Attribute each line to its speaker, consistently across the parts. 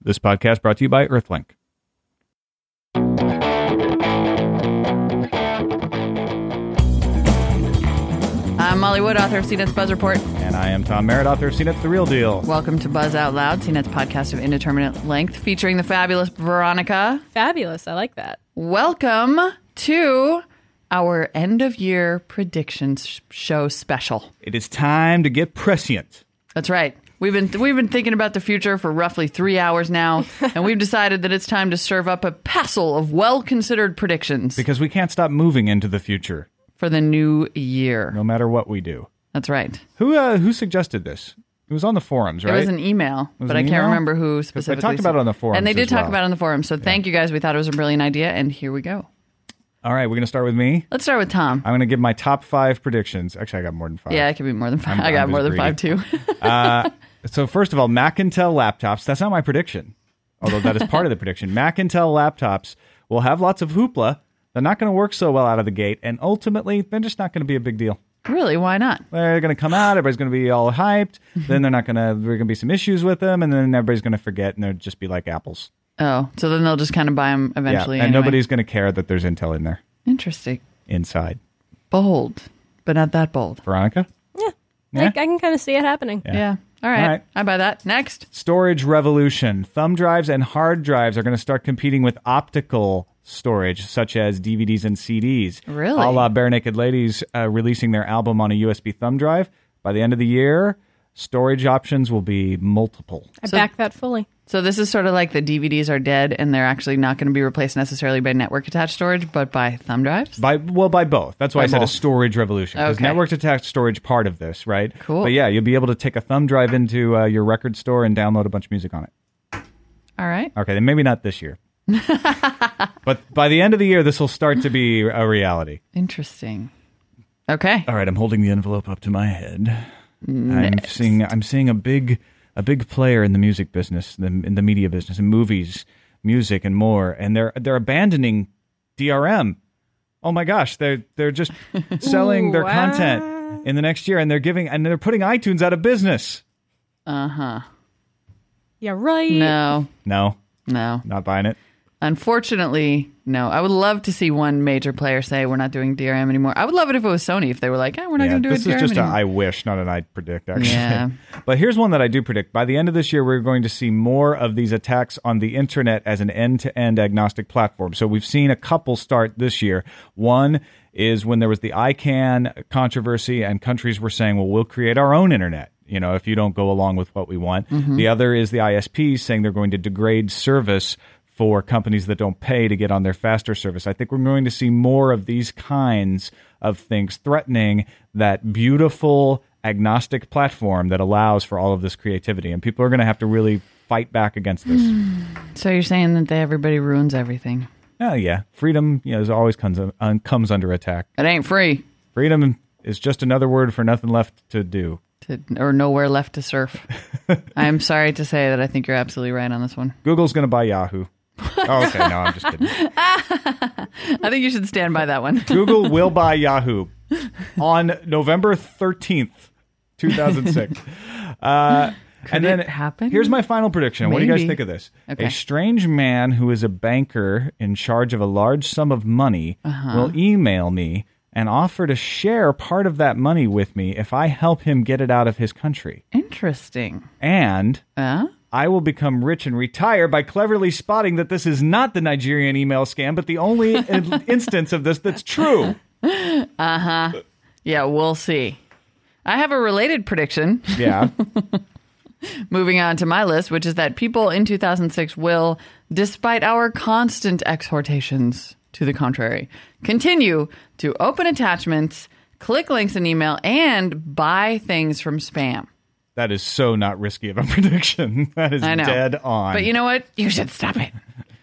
Speaker 1: This podcast brought to you by Earthlink.
Speaker 2: I'm Molly Wood, author of CNET's Buzz Report.
Speaker 1: And I am Tom Merritt, author of CNET's The Real Deal.
Speaker 2: Welcome to Buzz Out Loud, CNET's podcast of indeterminate length featuring the fabulous Veronica.
Speaker 3: Fabulous. I like that.
Speaker 2: Welcome to our end of year predictions sh- show special.
Speaker 1: It is time to get prescient.
Speaker 2: That's right. We've been we've been thinking about the future for roughly three hours now, and we've decided that it's time to serve up a passel of well considered predictions
Speaker 1: Because we can't stop moving into the future,
Speaker 2: for the new year.
Speaker 1: no matter what we do.
Speaker 2: That's right.
Speaker 1: Who uh, who suggested this? It was on the forums, right?
Speaker 2: It was an email,
Speaker 1: was
Speaker 2: but
Speaker 1: an
Speaker 2: I can't
Speaker 1: email?
Speaker 2: remember who
Speaker 1: 'Cause they
Speaker 2: specifically.
Speaker 1: talked
Speaker 2: said-
Speaker 1: about it on the forums
Speaker 2: and they did
Speaker 1: as
Speaker 2: talk
Speaker 1: well.
Speaker 2: about it on the forum. So thank you guys. We thought it was a brilliant idea, and here we go.
Speaker 1: All right, we're going to start with me.
Speaker 2: Let's start with Tom.
Speaker 1: I'm going to give my top five predictions. Actually, I got more than five.
Speaker 2: yeah, it could be more than 5 i
Speaker 1: I'm
Speaker 2: got
Speaker 1: just
Speaker 2: more than
Speaker 1: greedy.
Speaker 2: five too.
Speaker 1: So first of all, Mac Intel laptops. That's not my prediction, although that is part of the prediction. Mac Intel laptops will have lots of hoopla. They're not going to work so well out of the gate, and ultimately, they're just not going to be a big deal.
Speaker 2: really? Why not?
Speaker 1: They're going to come out. Everybody's going to be all hyped.
Speaker 2: Mm-hmm.
Speaker 1: then they're not going to. There are going to be some issues with them, and then everybody's going to forget, and they'll just be like apples.
Speaker 2: Oh, so then they'll just kind of buy them eventually.
Speaker 1: and
Speaker 2: anyway.
Speaker 1: nobody's going to care that there's Intel in there
Speaker 2: interesting,
Speaker 1: inside.
Speaker 2: bold, but not that bold.
Speaker 1: Veronica,
Speaker 3: Yeah.
Speaker 1: Yeah.
Speaker 3: I, I can kind of see it happening.
Speaker 2: Yeah. All, right.
Speaker 1: All right.
Speaker 2: I buy that. Next.
Speaker 1: storage revolution. Thumb drives and hard drives are going to start competing with optical storage, such as DVDs and CDs.
Speaker 2: Really?
Speaker 1: A la Bare Naked Ladies uh, releasing their album on a USB thumb drive. By the end of the year, storage options will be multiple.
Speaker 3: I back that fully.
Speaker 2: So this is sort of like the DVDs are dead, and they're actually not going to be replaced necessarily by network attached storage, but by thumb drives.
Speaker 1: By well, by both. That's why
Speaker 2: By
Speaker 1: I said
Speaker 2: both.
Speaker 1: a storage revolution because
Speaker 2: Okay.
Speaker 1: network attached storage part of this, right?
Speaker 2: Cool.
Speaker 1: But yeah, you'll be able to take a thumb drive into uh, your record store and download a bunch of music on it.
Speaker 2: All right.
Speaker 1: Okay, then maybe not this year. but by the end of the year, this will start to be a reality.
Speaker 2: Interesting. Okay.
Speaker 1: All right, I'm holding the envelope up to my head. I'm seeing I'm seeing a big a big player in the music business, the, in the media business, in movies, music, and more. And they're they're abandoning DRM. Oh my gosh, they're they're just selling their
Speaker 3: Ooh,
Speaker 1: content in the next year, and they're giving and they're putting iTunes out of business.
Speaker 2: Uh huh.
Speaker 3: Yeah, right.
Speaker 2: No.
Speaker 1: No,
Speaker 2: No.
Speaker 1: not buying it.
Speaker 2: Unfortunately, no. I would love to see one major player say we're not doing DRM anymore. I would love it if it was Sony if they were like, "Eh, we're not
Speaker 1: yeah,
Speaker 2: going to do
Speaker 1: this
Speaker 2: a DRM
Speaker 1: is just a
Speaker 2: anymore."
Speaker 1: I wish, not an I predict. Actually,
Speaker 2: Yeah.
Speaker 1: but here's one that I do predict. By the end of this year, we're going to see more of these attacks on the internet as an end-to-end agnostic platform. So we've seen a couple start this year. One is when there was the ICANN controversy, and countries were saying, "Well, we'll create our own internet." You know, if you don't go along with what we want.
Speaker 2: Mm-hmm.
Speaker 1: The other is the ISPs saying they're going to degrade service for companies that don't pay to get on their faster service. I think we're going to see more of these kinds of things threatening that beautiful agnostic platform that allows for all of this creativity. And people are going to have to really fight back against this.
Speaker 2: so you're saying that they, everybody ruins everything?
Speaker 1: oh, yeah. Freedom you know, is always comes, un, comes under attack.
Speaker 2: It ain't free
Speaker 1: Freedom is just another word for nothing left to do.
Speaker 2: to, or nowhere left to surf. I'm sorry to say that I think you're absolutely right on this one.
Speaker 1: Google's going to buy Yahoo. oh, okay. No, I'm just kidding.
Speaker 2: I think you should stand by that one.
Speaker 1: Google will buy Yahoo on November 13th, 2006. Uh, and
Speaker 2: it
Speaker 1: then
Speaker 2: happen?
Speaker 1: here's my final prediction. What do you guys
Speaker 2: Maybe.
Speaker 1: think of this?
Speaker 2: Okay.
Speaker 1: A strange man who is a banker in charge of a large sum of money
Speaker 2: Uh-huh.
Speaker 1: will email me and offer to share part of that money with me if I help him get it out of his country.
Speaker 2: Interesting.
Speaker 1: And
Speaker 2: Uh,
Speaker 1: I will become rich and retire by cleverly spotting that this is not the Nigerian email scam, but the only in- instance of this that's true.
Speaker 2: yeah, we'll see. I have a related prediction.
Speaker 1: Yeah.
Speaker 2: Moving on to my list, which is that people in 2006 will, despite our constant exhortations to the contrary, continue to open attachments, click links in email, and buy things from spam.
Speaker 1: That is so not risky of a prediction. That is
Speaker 2: I know.
Speaker 1: dead on.
Speaker 2: But you know what? You should stop it.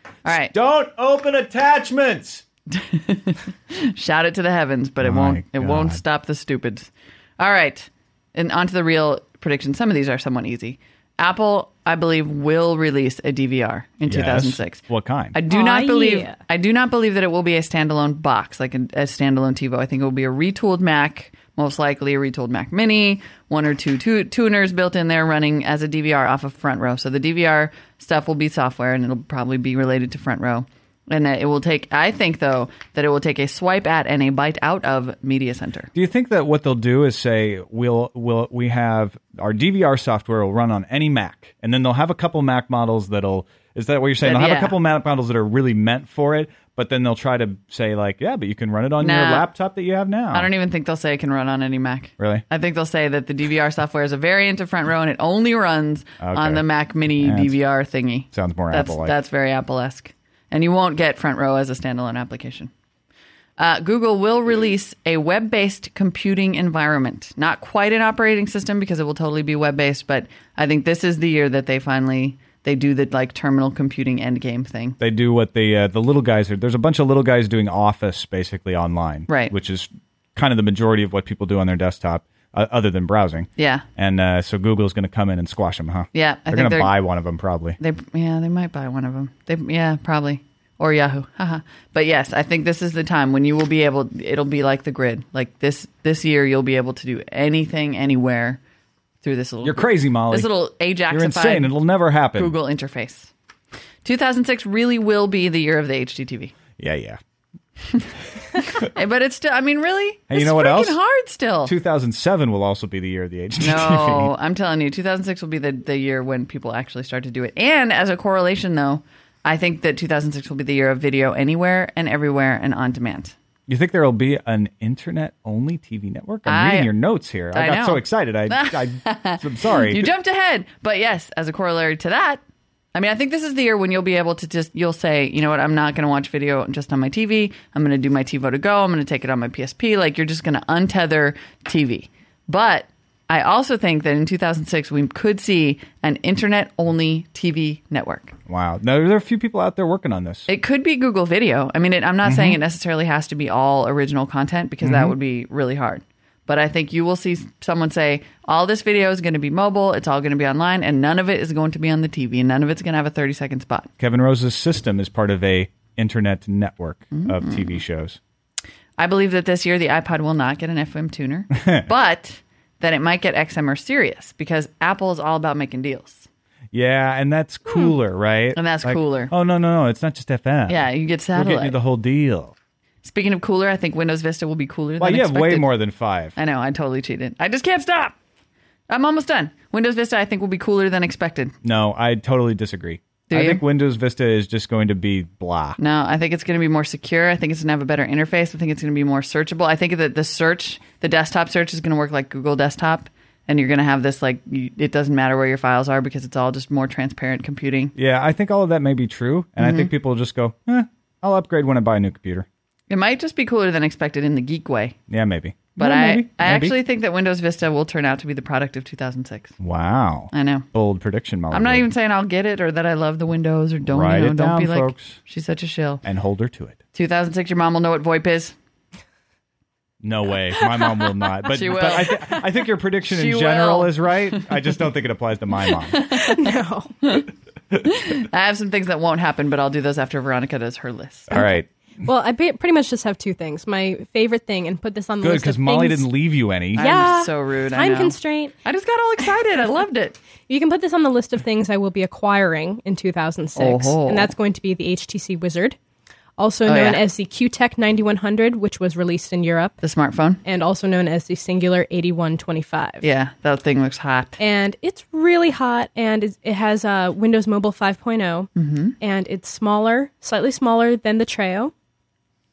Speaker 2: All right.
Speaker 1: don't open attachments.
Speaker 2: Shout it to the heavens, but it
Speaker 1: My
Speaker 2: won't it won't
Speaker 1: God.
Speaker 2: stop the stupids. All right. And onto the real predictions. Some of these are somewhat easy. Apple, I believe, will release a DVR in 2006.
Speaker 1: Yes. What kind?
Speaker 2: I do
Speaker 3: Aw,
Speaker 2: not believe
Speaker 3: yeah.
Speaker 2: I do not believe that it will be a standalone box like a, a standalone TiVo. I think it will be a retooled Mac, most likely a retooled Mac Mini, one or two tu- tuners built in there running as a DVR off of Front Row. So the DVR stuff will be software and it'll probably be related to Front Row. And that it will take I think though that it will take a swipe at and a bite out of Media Center.
Speaker 1: Do you think that what they'll do is say we'll we'll we have our DVR software will run on any Mac, and then they'll have a couple Mac models that'll is that what you're saying?
Speaker 2: Uh,
Speaker 1: They'll have
Speaker 2: yeah.
Speaker 1: a couple Mac models that are really meant for it, but then they'll try to say like, yeah, but you can run it on your
Speaker 2: Nah.
Speaker 1: laptop that you have now.
Speaker 2: I don't e- even think they'll say it can run on any Mac.
Speaker 1: Really?
Speaker 2: I think they'll say that the DVR software is a variant of Front Row and it only runs on
Speaker 1: Okay.
Speaker 2: the Mac Mini
Speaker 1: That's-
Speaker 2: DVR thingy.
Speaker 1: sounds more
Speaker 2: that's,
Speaker 1: Apple-like.
Speaker 2: That's very Apple-esque. And you won't get Front Row as a standalone application. Uh, Google will release a web-based computing environment. Not quite an operating system because it will totally be web-based, but I think this is the year that they finally they do the like terminal computing endgame thing.
Speaker 1: they do what the uh, the little guys are. There's a bunch of little guys doing Office basically online,
Speaker 2: Right.
Speaker 1: Which is kind of the majority of what people do on their desktop, uh, other than browsing.
Speaker 2: Yeah.
Speaker 1: And uh, so Google's going to come in and squash them, huh?
Speaker 2: Yeah, I
Speaker 1: they're
Speaker 2: think
Speaker 1: going to
Speaker 2: they're-
Speaker 1: buy one of them probably.
Speaker 2: They yeah, they might buy one of them. They yeah, probably or Yahoo. Haha. But yes, I think this is the time when you will be able. It'll be like the grid. Like this this year, you'll be able to do anything anywhere through this little.
Speaker 1: You're crazy, Molly.
Speaker 2: This little
Speaker 1: You're insane.
Speaker 2: Ajaxified
Speaker 1: It'll never happen.
Speaker 2: Google interface. 2006 really will be the year of the HDTV.
Speaker 1: Yeah, yeah.
Speaker 2: Eh, but it's still. I mean, really.
Speaker 1: Hey, you
Speaker 2: It's
Speaker 1: know what else?
Speaker 2: freaking Hard still.
Speaker 1: 2007 will also be the year of the HDTV.
Speaker 2: No, I'm telling you, 2006 will be the, the year when people actually start to do it. And as a correlation, though, I think that 2006 will be the year of video anywhere and everywhere and on demand.
Speaker 1: You think there will be an internet only TV network? I'm
Speaker 2: I-
Speaker 1: reading your notes here. I,
Speaker 2: I
Speaker 1: got
Speaker 2: know.
Speaker 1: so excited. I, I, I'm sorry.
Speaker 2: You jumped ahead, but yes, as a corollary to that, I mean, I think this is the year when you'll be able to just you'll say, you know what, I'm not going to watch video just on my TV. I'm going to do my TiVo to go. I'm going to take it on my PSP. Like you're just going to untether TV. But I also think that in 2006 we could see an internet only TV network.
Speaker 1: wow. No, there are a few people out there working on this.
Speaker 2: It could be Google Video. I mean, it, I'm not saying it
Speaker 1: Mm-hmm.
Speaker 2: necessarily has to be all original content because that would be really hard. But I think you will see s- someone say, all this video is going to be mobile, it's all going to be online, and none of it is going to be on the TV, and none of it's going to have a 30 second spot.
Speaker 1: Kevin Rose's system is part of a internet network of
Speaker 2: Mm.
Speaker 1: TV shows.
Speaker 2: I believe that this year the iPod will not get an FM tuner, but that it might get XM or Sirius because Apple is all about making deals.
Speaker 1: Yeah, and that's cooler, right?
Speaker 2: Hmm. And that's cooler.
Speaker 1: Oh no, no, no! It's not just FM.
Speaker 2: Yeah, you get
Speaker 1: we're
Speaker 2: satellite.
Speaker 1: getting you the whole deal.
Speaker 2: Speaking of cooler, I think Windows Vista will be cooler
Speaker 1: Well,
Speaker 2: than
Speaker 1: you have way
Speaker 2: expected.
Speaker 1: more than five.
Speaker 2: I know, I totally cheated. I just can't stop. I'm almost done. Windows Vista, I think, will be cooler than expected.
Speaker 1: No, I totally disagree.
Speaker 2: Do
Speaker 1: I
Speaker 2: you?
Speaker 1: think Windows Vista is just going to be blah.
Speaker 2: No, I think it's going to be more secure. I think it's going to have a better interface. I think it's going to be more searchable. I think that the search, the desktop search, is going to work like Google Desktop, and you're going to have this like you, it doesn't matter where your files are because it's all just more transparent computing.
Speaker 1: Yeah, I think all of that may be true, and I
Speaker 2: Mm-hmm.
Speaker 1: think people will just go, eh, "I'll upgrade when I buy a new computer."
Speaker 2: It might just be cooler than expected in the geek way.
Speaker 1: Yeah, maybe.
Speaker 2: But
Speaker 1: Yeah,
Speaker 2: I,
Speaker 1: maybe,
Speaker 2: I
Speaker 1: maybe.
Speaker 2: actually think that Windows Vista will turn out to be the product of 2006.
Speaker 1: wow,
Speaker 2: I know.
Speaker 1: bold prediction, Molly.
Speaker 2: I'm not
Speaker 1: Wood.
Speaker 2: even saying I'll get it or that I love the Windows or don't.
Speaker 1: Write
Speaker 2: you know,
Speaker 1: it
Speaker 2: don't be
Speaker 1: down,
Speaker 2: like
Speaker 1: folks.
Speaker 2: she's such a shill.
Speaker 1: and hold her to it.
Speaker 2: 2006, your mom will know what VoIP is.
Speaker 1: No way, my mom will not. But,
Speaker 2: She will.
Speaker 1: but I, th- I think your prediction
Speaker 2: She
Speaker 1: in general
Speaker 2: will.
Speaker 1: is right. I just don't think it applies to my mom.
Speaker 3: No.
Speaker 2: I have some things that won't happen, but I'll do those after Veronica does her list.
Speaker 1: All right,
Speaker 3: Well, I ba- pretty much just have two things. My favorite thing, and put this on the
Speaker 1: good
Speaker 3: list
Speaker 1: because
Speaker 3: because
Speaker 1: Molly didn't leave you any.
Speaker 2: I'm
Speaker 3: Yeah.
Speaker 2: so rude. I
Speaker 3: Time
Speaker 2: know.
Speaker 3: constraint.
Speaker 2: I just got all excited. I loved it.
Speaker 3: You can put this on the list of things I will be acquiring in 2006,
Speaker 2: Oh-ho.
Speaker 3: and that's going to be the HTC Wizard, also known
Speaker 2: Oh, yeah.
Speaker 3: as the QTech 9100, which was released in Europe,
Speaker 2: The smartphone.
Speaker 3: and also known as the Singular 8125.
Speaker 2: Yeah, that thing looks hot.
Speaker 3: And it's really hot, and it's- it has uh, Windows Mobile 5.0,
Speaker 2: Mm-hmm.
Speaker 3: and it's smaller, slightly smaller than the Treo,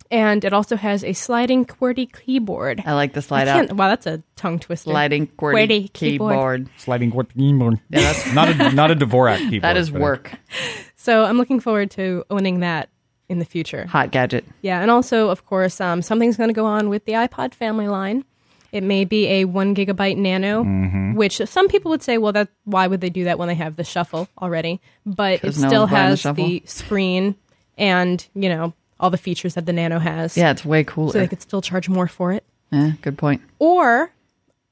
Speaker 3: and it also has a sliding QWERTY keyboard.
Speaker 2: I like the
Speaker 3: I
Speaker 2: slide
Speaker 3: can't-
Speaker 2: out.
Speaker 3: Wow, that's a tongue twister.
Speaker 2: Sliding QWERTY,
Speaker 3: QWERTY
Speaker 2: keyboard.
Speaker 1: Sliding quart- keyboard. not a not a Dvorak keyboard.
Speaker 2: That is
Speaker 1: but-
Speaker 2: work.
Speaker 3: So I'm looking forward to owning that in the future.
Speaker 2: Hot gadget.
Speaker 3: Yeah, and also, of course, um, something's going to go on with the iPod family line. It may be a one gigabyte nano, which some people would say, well, that why would they do that when they have the shuffle already? But it
Speaker 2: 'Cause no
Speaker 3: still
Speaker 2: one's buying the
Speaker 3: has
Speaker 2: Shuffle.
Speaker 3: the, screen and you know all the features that the nano has.
Speaker 2: Yeah, it's way cooler.
Speaker 3: so they could still charge more for it.
Speaker 2: Eh, good point.
Speaker 3: Or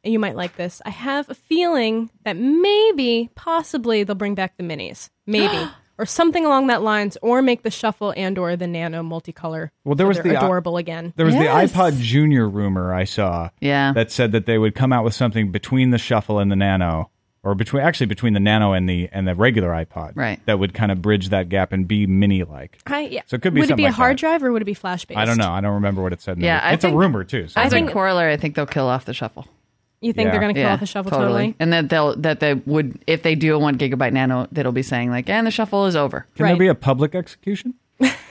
Speaker 3: and you might like this. I have a feeling that maybe, possibly, they'll bring back the minis, maybe, or something along that lines, or make the shuffle and or the nano multicolor.
Speaker 1: Well, there
Speaker 3: so
Speaker 1: was
Speaker 3: they're
Speaker 1: the-
Speaker 3: adorable again.
Speaker 1: There was
Speaker 2: Yes.
Speaker 1: the iPod Junior rumor I saw.
Speaker 2: Yeah.
Speaker 1: That said that they would come out with something between the shuffle and the nano. Or between actually between the nano and the and the regular iPod.
Speaker 2: Right.
Speaker 1: That would kind of bridge that gap and be mini like.
Speaker 3: I, yeah.
Speaker 1: So it could be
Speaker 3: would it
Speaker 1: something
Speaker 3: be a
Speaker 1: like
Speaker 3: hard
Speaker 1: that.
Speaker 3: drive or would it be flash based?
Speaker 1: I don't know. I don't remember what it said. in the
Speaker 2: Yeah,
Speaker 1: book.
Speaker 2: I
Speaker 1: it's a
Speaker 2: think-
Speaker 1: rumor too. So
Speaker 2: As
Speaker 1: I
Speaker 2: a
Speaker 1: don't know.
Speaker 2: corollary, I think they'll kill off the shuffle.
Speaker 3: You think
Speaker 1: Yeah.
Speaker 3: they're going to kill
Speaker 2: yeah,
Speaker 3: off the shovel totally?
Speaker 2: and that they'll that they would if they do a one gigabyte nano, that'll be saying like, and the shuffle is over.
Speaker 1: Can there
Speaker 3: Right.
Speaker 1: be a public execution?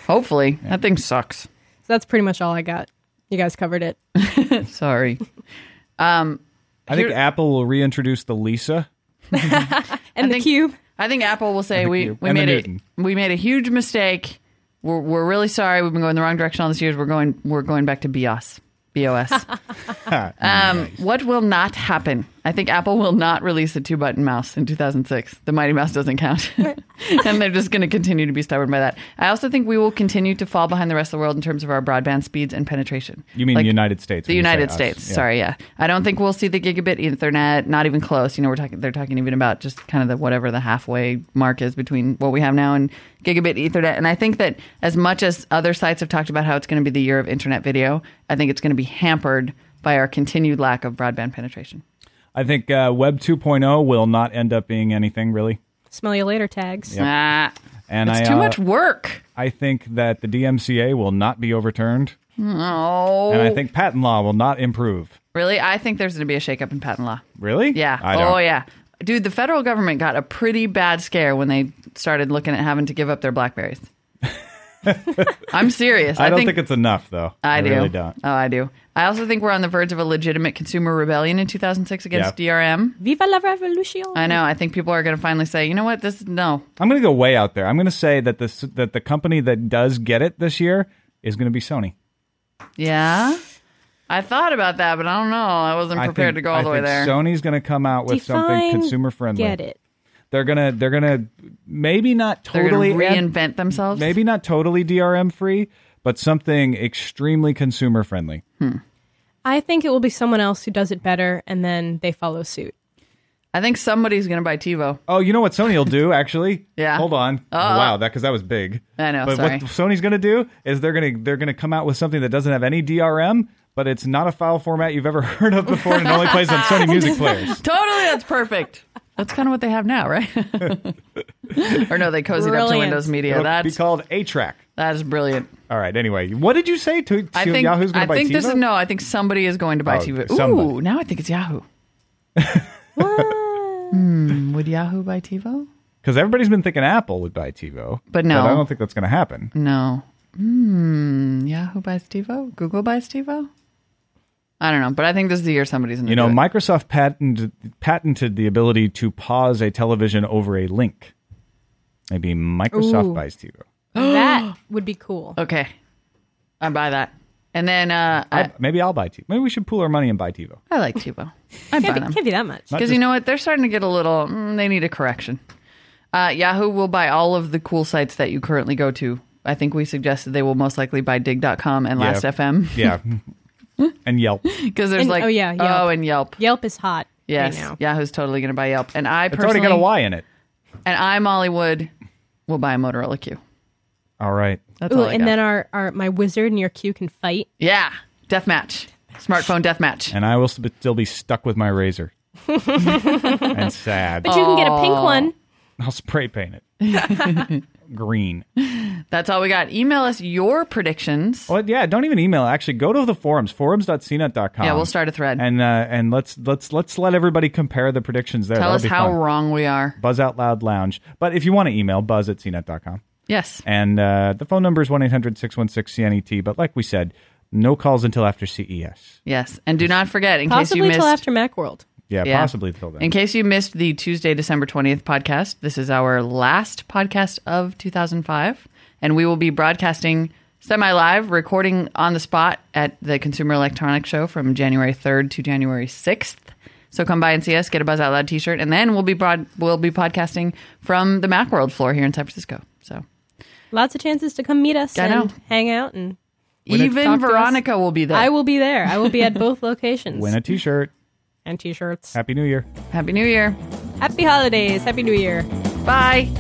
Speaker 2: Hopefully, that thing sucks.
Speaker 3: So that's pretty much all I got. You guys covered it.
Speaker 2: Sorry. Um,
Speaker 1: I think
Speaker 2: Here-
Speaker 1: Apple will reintroduce the Lisa.
Speaker 3: And the
Speaker 2: think-
Speaker 3: cube.
Speaker 2: I think Apple will say
Speaker 1: think
Speaker 2: we,
Speaker 1: you-
Speaker 2: we
Speaker 1: and the
Speaker 2: made
Speaker 1: Newton.
Speaker 2: a we made a huge mistake. We're we're really sorry. We've been going the wrong direction all these years. We're going we're going back to BOS. BOS. um, What will not happen? I think Apple will not release the two button mouse in 2006. The Mighty Mouse doesn't count. and they're just going to continue to be stubborn by that. I also think we will continue to fall behind the rest of the world in terms of our broadband speeds and penetration.
Speaker 1: You mean
Speaker 2: Like,
Speaker 1: United States?
Speaker 2: the
Speaker 1: when you say
Speaker 2: United
Speaker 1: us.
Speaker 2: States.
Speaker 1: Yeah.
Speaker 2: Sorry, yeah. I don't think we'll see the gigabit Ethernet. Not even close. You know, we're talking. They're talking even about just kind of the whatever the halfway mark is between what we have now and gigabit Ethernet. And I think that as much as other sites have talked about how it's going to be the year of internet video, I think it's going to be hampered by our continued lack of broadband penetration.
Speaker 1: I think uh, Web 2.0 will not end up being anything really.
Speaker 3: Smell you later tags.
Speaker 2: Ah,
Speaker 1: And
Speaker 2: it's
Speaker 1: I,
Speaker 2: too
Speaker 1: uh,
Speaker 2: much work.
Speaker 1: I think that the DMCA will not be overturned,
Speaker 2: Oh,
Speaker 1: and I think patent law will not improve.
Speaker 2: really, I think there's going to be a shakeup in patent law.
Speaker 1: Really?
Speaker 2: Yeah.
Speaker 1: I don't.
Speaker 2: Oh, yeah. Dude, the federal government got a pretty bad scare when they started looking at having to give up their blackberries. I'm serious.
Speaker 1: I, don't think, it's enough though.
Speaker 2: I, do.
Speaker 1: really don't.
Speaker 2: Oh, I do. I also think we're on the verge of a legitimate consumer rebellion in 2006 against
Speaker 1: Yeah.
Speaker 2: DRM.
Speaker 3: Viva la revolution.
Speaker 2: I know. I think people are going to finally say, you know what? This no.
Speaker 1: I'm going to go way out there. I'm going to say that this that the company that does get it this year is going to be Sony.
Speaker 2: Yeah. I thought about that, but I don't know. I wasn't
Speaker 1: I
Speaker 2: prepared
Speaker 1: think-
Speaker 2: to go all
Speaker 1: I
Speaker 2: the way
Speaker 1: think
Speaker 2: there.
Speaker 1: Sony's going to come out with something
Speaker 3: Define
Speaker 1: consumer friendly.
Speaker 3: Get it.
Speaker 1: They're gonna they're gonna maybe not
Speaker 2: They're
Speaker 1: totally
Speaker 2: going to reinvent themselves.
Speaker 1: maybe not totally DRM free, but something extremely consumer friendly.
Speaker 3: I think it will be someone else who does it better and then they follow suit.
Speaker 2: I think somebody's going to buy TiVo.
Speaker 1: Oh, you know what Sony will do actually?
Speaker 2: Yeah.
Speaker 1: Hold on.
Speaker 2: Uh-oh.
Speaker 1: Wow, that because that was big.
Speaker 2: I know,
Speaker 1: But
Speaker 2: sorry.
Speaker 1: what Sony's gonna do is they're gonna they're gonna come out with something that doesn't have any DRM, but it's not a file format you've ever heard of before, and it only plays on Sony music players.
Speaker 2: Totally, that's perfect. That's kind of what they have now, right? or no, they cozied up to
Speaker 3: Brilliant.
Speaker 2: Windows Media.
Speaker 1: It'll be
Speaker 2: that's
Speaker 1: called A Track.
Speaker 2: that is brilliant.
Speaker 1: All right. Anyway, what did you say to, to
Speaker 2: I think
Speaker 1: Yahoo's going
Speaker 2: I
Speaker 1: to buy
Speaker 2: think
Speaker 1: TiVo?
Speaker 2: this is no. I think somebody is going to buy
Speaker 1: Oh,
Speaker 2: TiVo.
Speaker 1: somebody.
Speaker 2: Ooh, now I think it's Yahoo. Would Yahoo buy TiVo?
Speaker 1: because everybody's been thinking Apple would buy TiVo,
Speaker 2: But no.
Speaker 1: I don't think that's going to happen.
Speaker 2: No. Hmm. Yahoo buys TiVo. Google buys TiVo. I don't know, but I think this is the year somebody's going to.
Speaker 1: You know,
Speaker 2: do it.
Speaker 1: Microsoft patented patented the ability to pause a television over a link. Maybe Microsoft
Speaker 3: Ooh.
Speaker 1: buys TiVo.
Speaker 3: that would be cool.
Speaker 2: Okay, I buy that. And then uh, I,
Speaker 1: I- maybe I'll buy TiVo. Maybe we should pool our money and buy TiVo.
Speaker 2: I like TiVo. I buy
Speaker 3: Can't be,
Speaker 2: them.
Speaker 3: can't be that much.
Speaker 1: Not
Speaker 2: Because
Speaker 1: just-
Speaker 2: you know what? They're starting to get a little, mm, they need a correction. Uh, Yahoo will buy all of the cool sites that you currently go to. I think we suggested they will most likely buy dig.com and
Speaker 1: Yeah.
Speaker 2: last.fm
Speaker 1: yeah, and Yelp.
Speaker 2: because there's
Speaker 3: And-
Speaker 2: like,
Speaker 3: oh, yeah, Yelp.
Speaker 2: oh, and Yelp.
Speaker 3: Yelp is hot.
Speaker 2: Yes.
Speaker 3: Right now.
Speaker 2: Yahoo's totally going to buy Yelp. And I
Speaker 1: It's already
Speaker 2: personally,
Speaker 1: got a Y in it.
Speaker 2: and I, Molly Wood, will buy a Motorola Q.
Speaker 1: All right.
Speaker 2: That's
Speaker 3: Ooh,
Speaker 2: all I
Speaker 3: and
Speaker 2: got.
Speaker 3: then our, our my wizard and your Q can fight.
Speaker 2: yeah. Deathmatch. Smartphone deathmatch.
Speaker 1: And I will sp- still be stuck with my razor. and sad.
Speaker 3: But you can get a pink one.
Speaker 1: I'll spray paint it green.
Speaker 2: That's all we got. Email us your predictions.
Speaker 1: Well, yeah, don't even email. Actually, go to the forums, forums.cnet.com.
Speaker 2: Yeah, we'll start a thread.
Speaker 1: and uh, and let's let's let's let everybody compare the predictions there.
Speaker 2: Tell
Speaker 1: That'll
Speaker 2: us
Speaker 1: be
Speaker 2: how
Speaker 1: fun.
Speaker 2: wrong we are.
Speaker 1: Buzz Out Loud Lounge. But if you want to email, buzz at cnet.com.
Speaker 2: Yes.
Speaker 1: And uh, the phone number is 1 800 616 CNET. E But like we said, no calls until after E CES.
Speaker 2: Yes. And do not forget, in case you
Speaker 3: Possibly
Speaker 2: missed.
Speaker 3: till after Macworld.
Speaker 1: Yeah,
Speaker 2: Yeah.
Speaker 1: possibly till then.
Speaker 2: In case you missed the Tuesday, December 20th podcast, this is our last podcast of 2005, and we will be broadcasting semi live, recording on the spot at the Consumer Electronics Show from January 3rd to January 6th. So come by and see us, get a Buzz Out Loud t shirt, and then we'll be broad- we'll be podcasting from the Macworld floor here in San Francisco. So
Speaker 3: Lots of chances to come meet us
Speaker 2: I
Speaker 3: and
Speaker 2: know.
Speaker 3: hang out and
Speaker 1: it-
Speaker 2: even
Speaker 3: Talk to us.
Speaker 2: Veronica will be there.
Speaker 3: I will be there. I will be at both locations.
Speaker 1: Win a t shirt.
Speaker 3: and t shirts.
Speaker 1: Happy New Year.
Speaker 2: Happy New Year.
Speaker 3: Happy holidays. Happy New Year.
Speaker 2: Bye.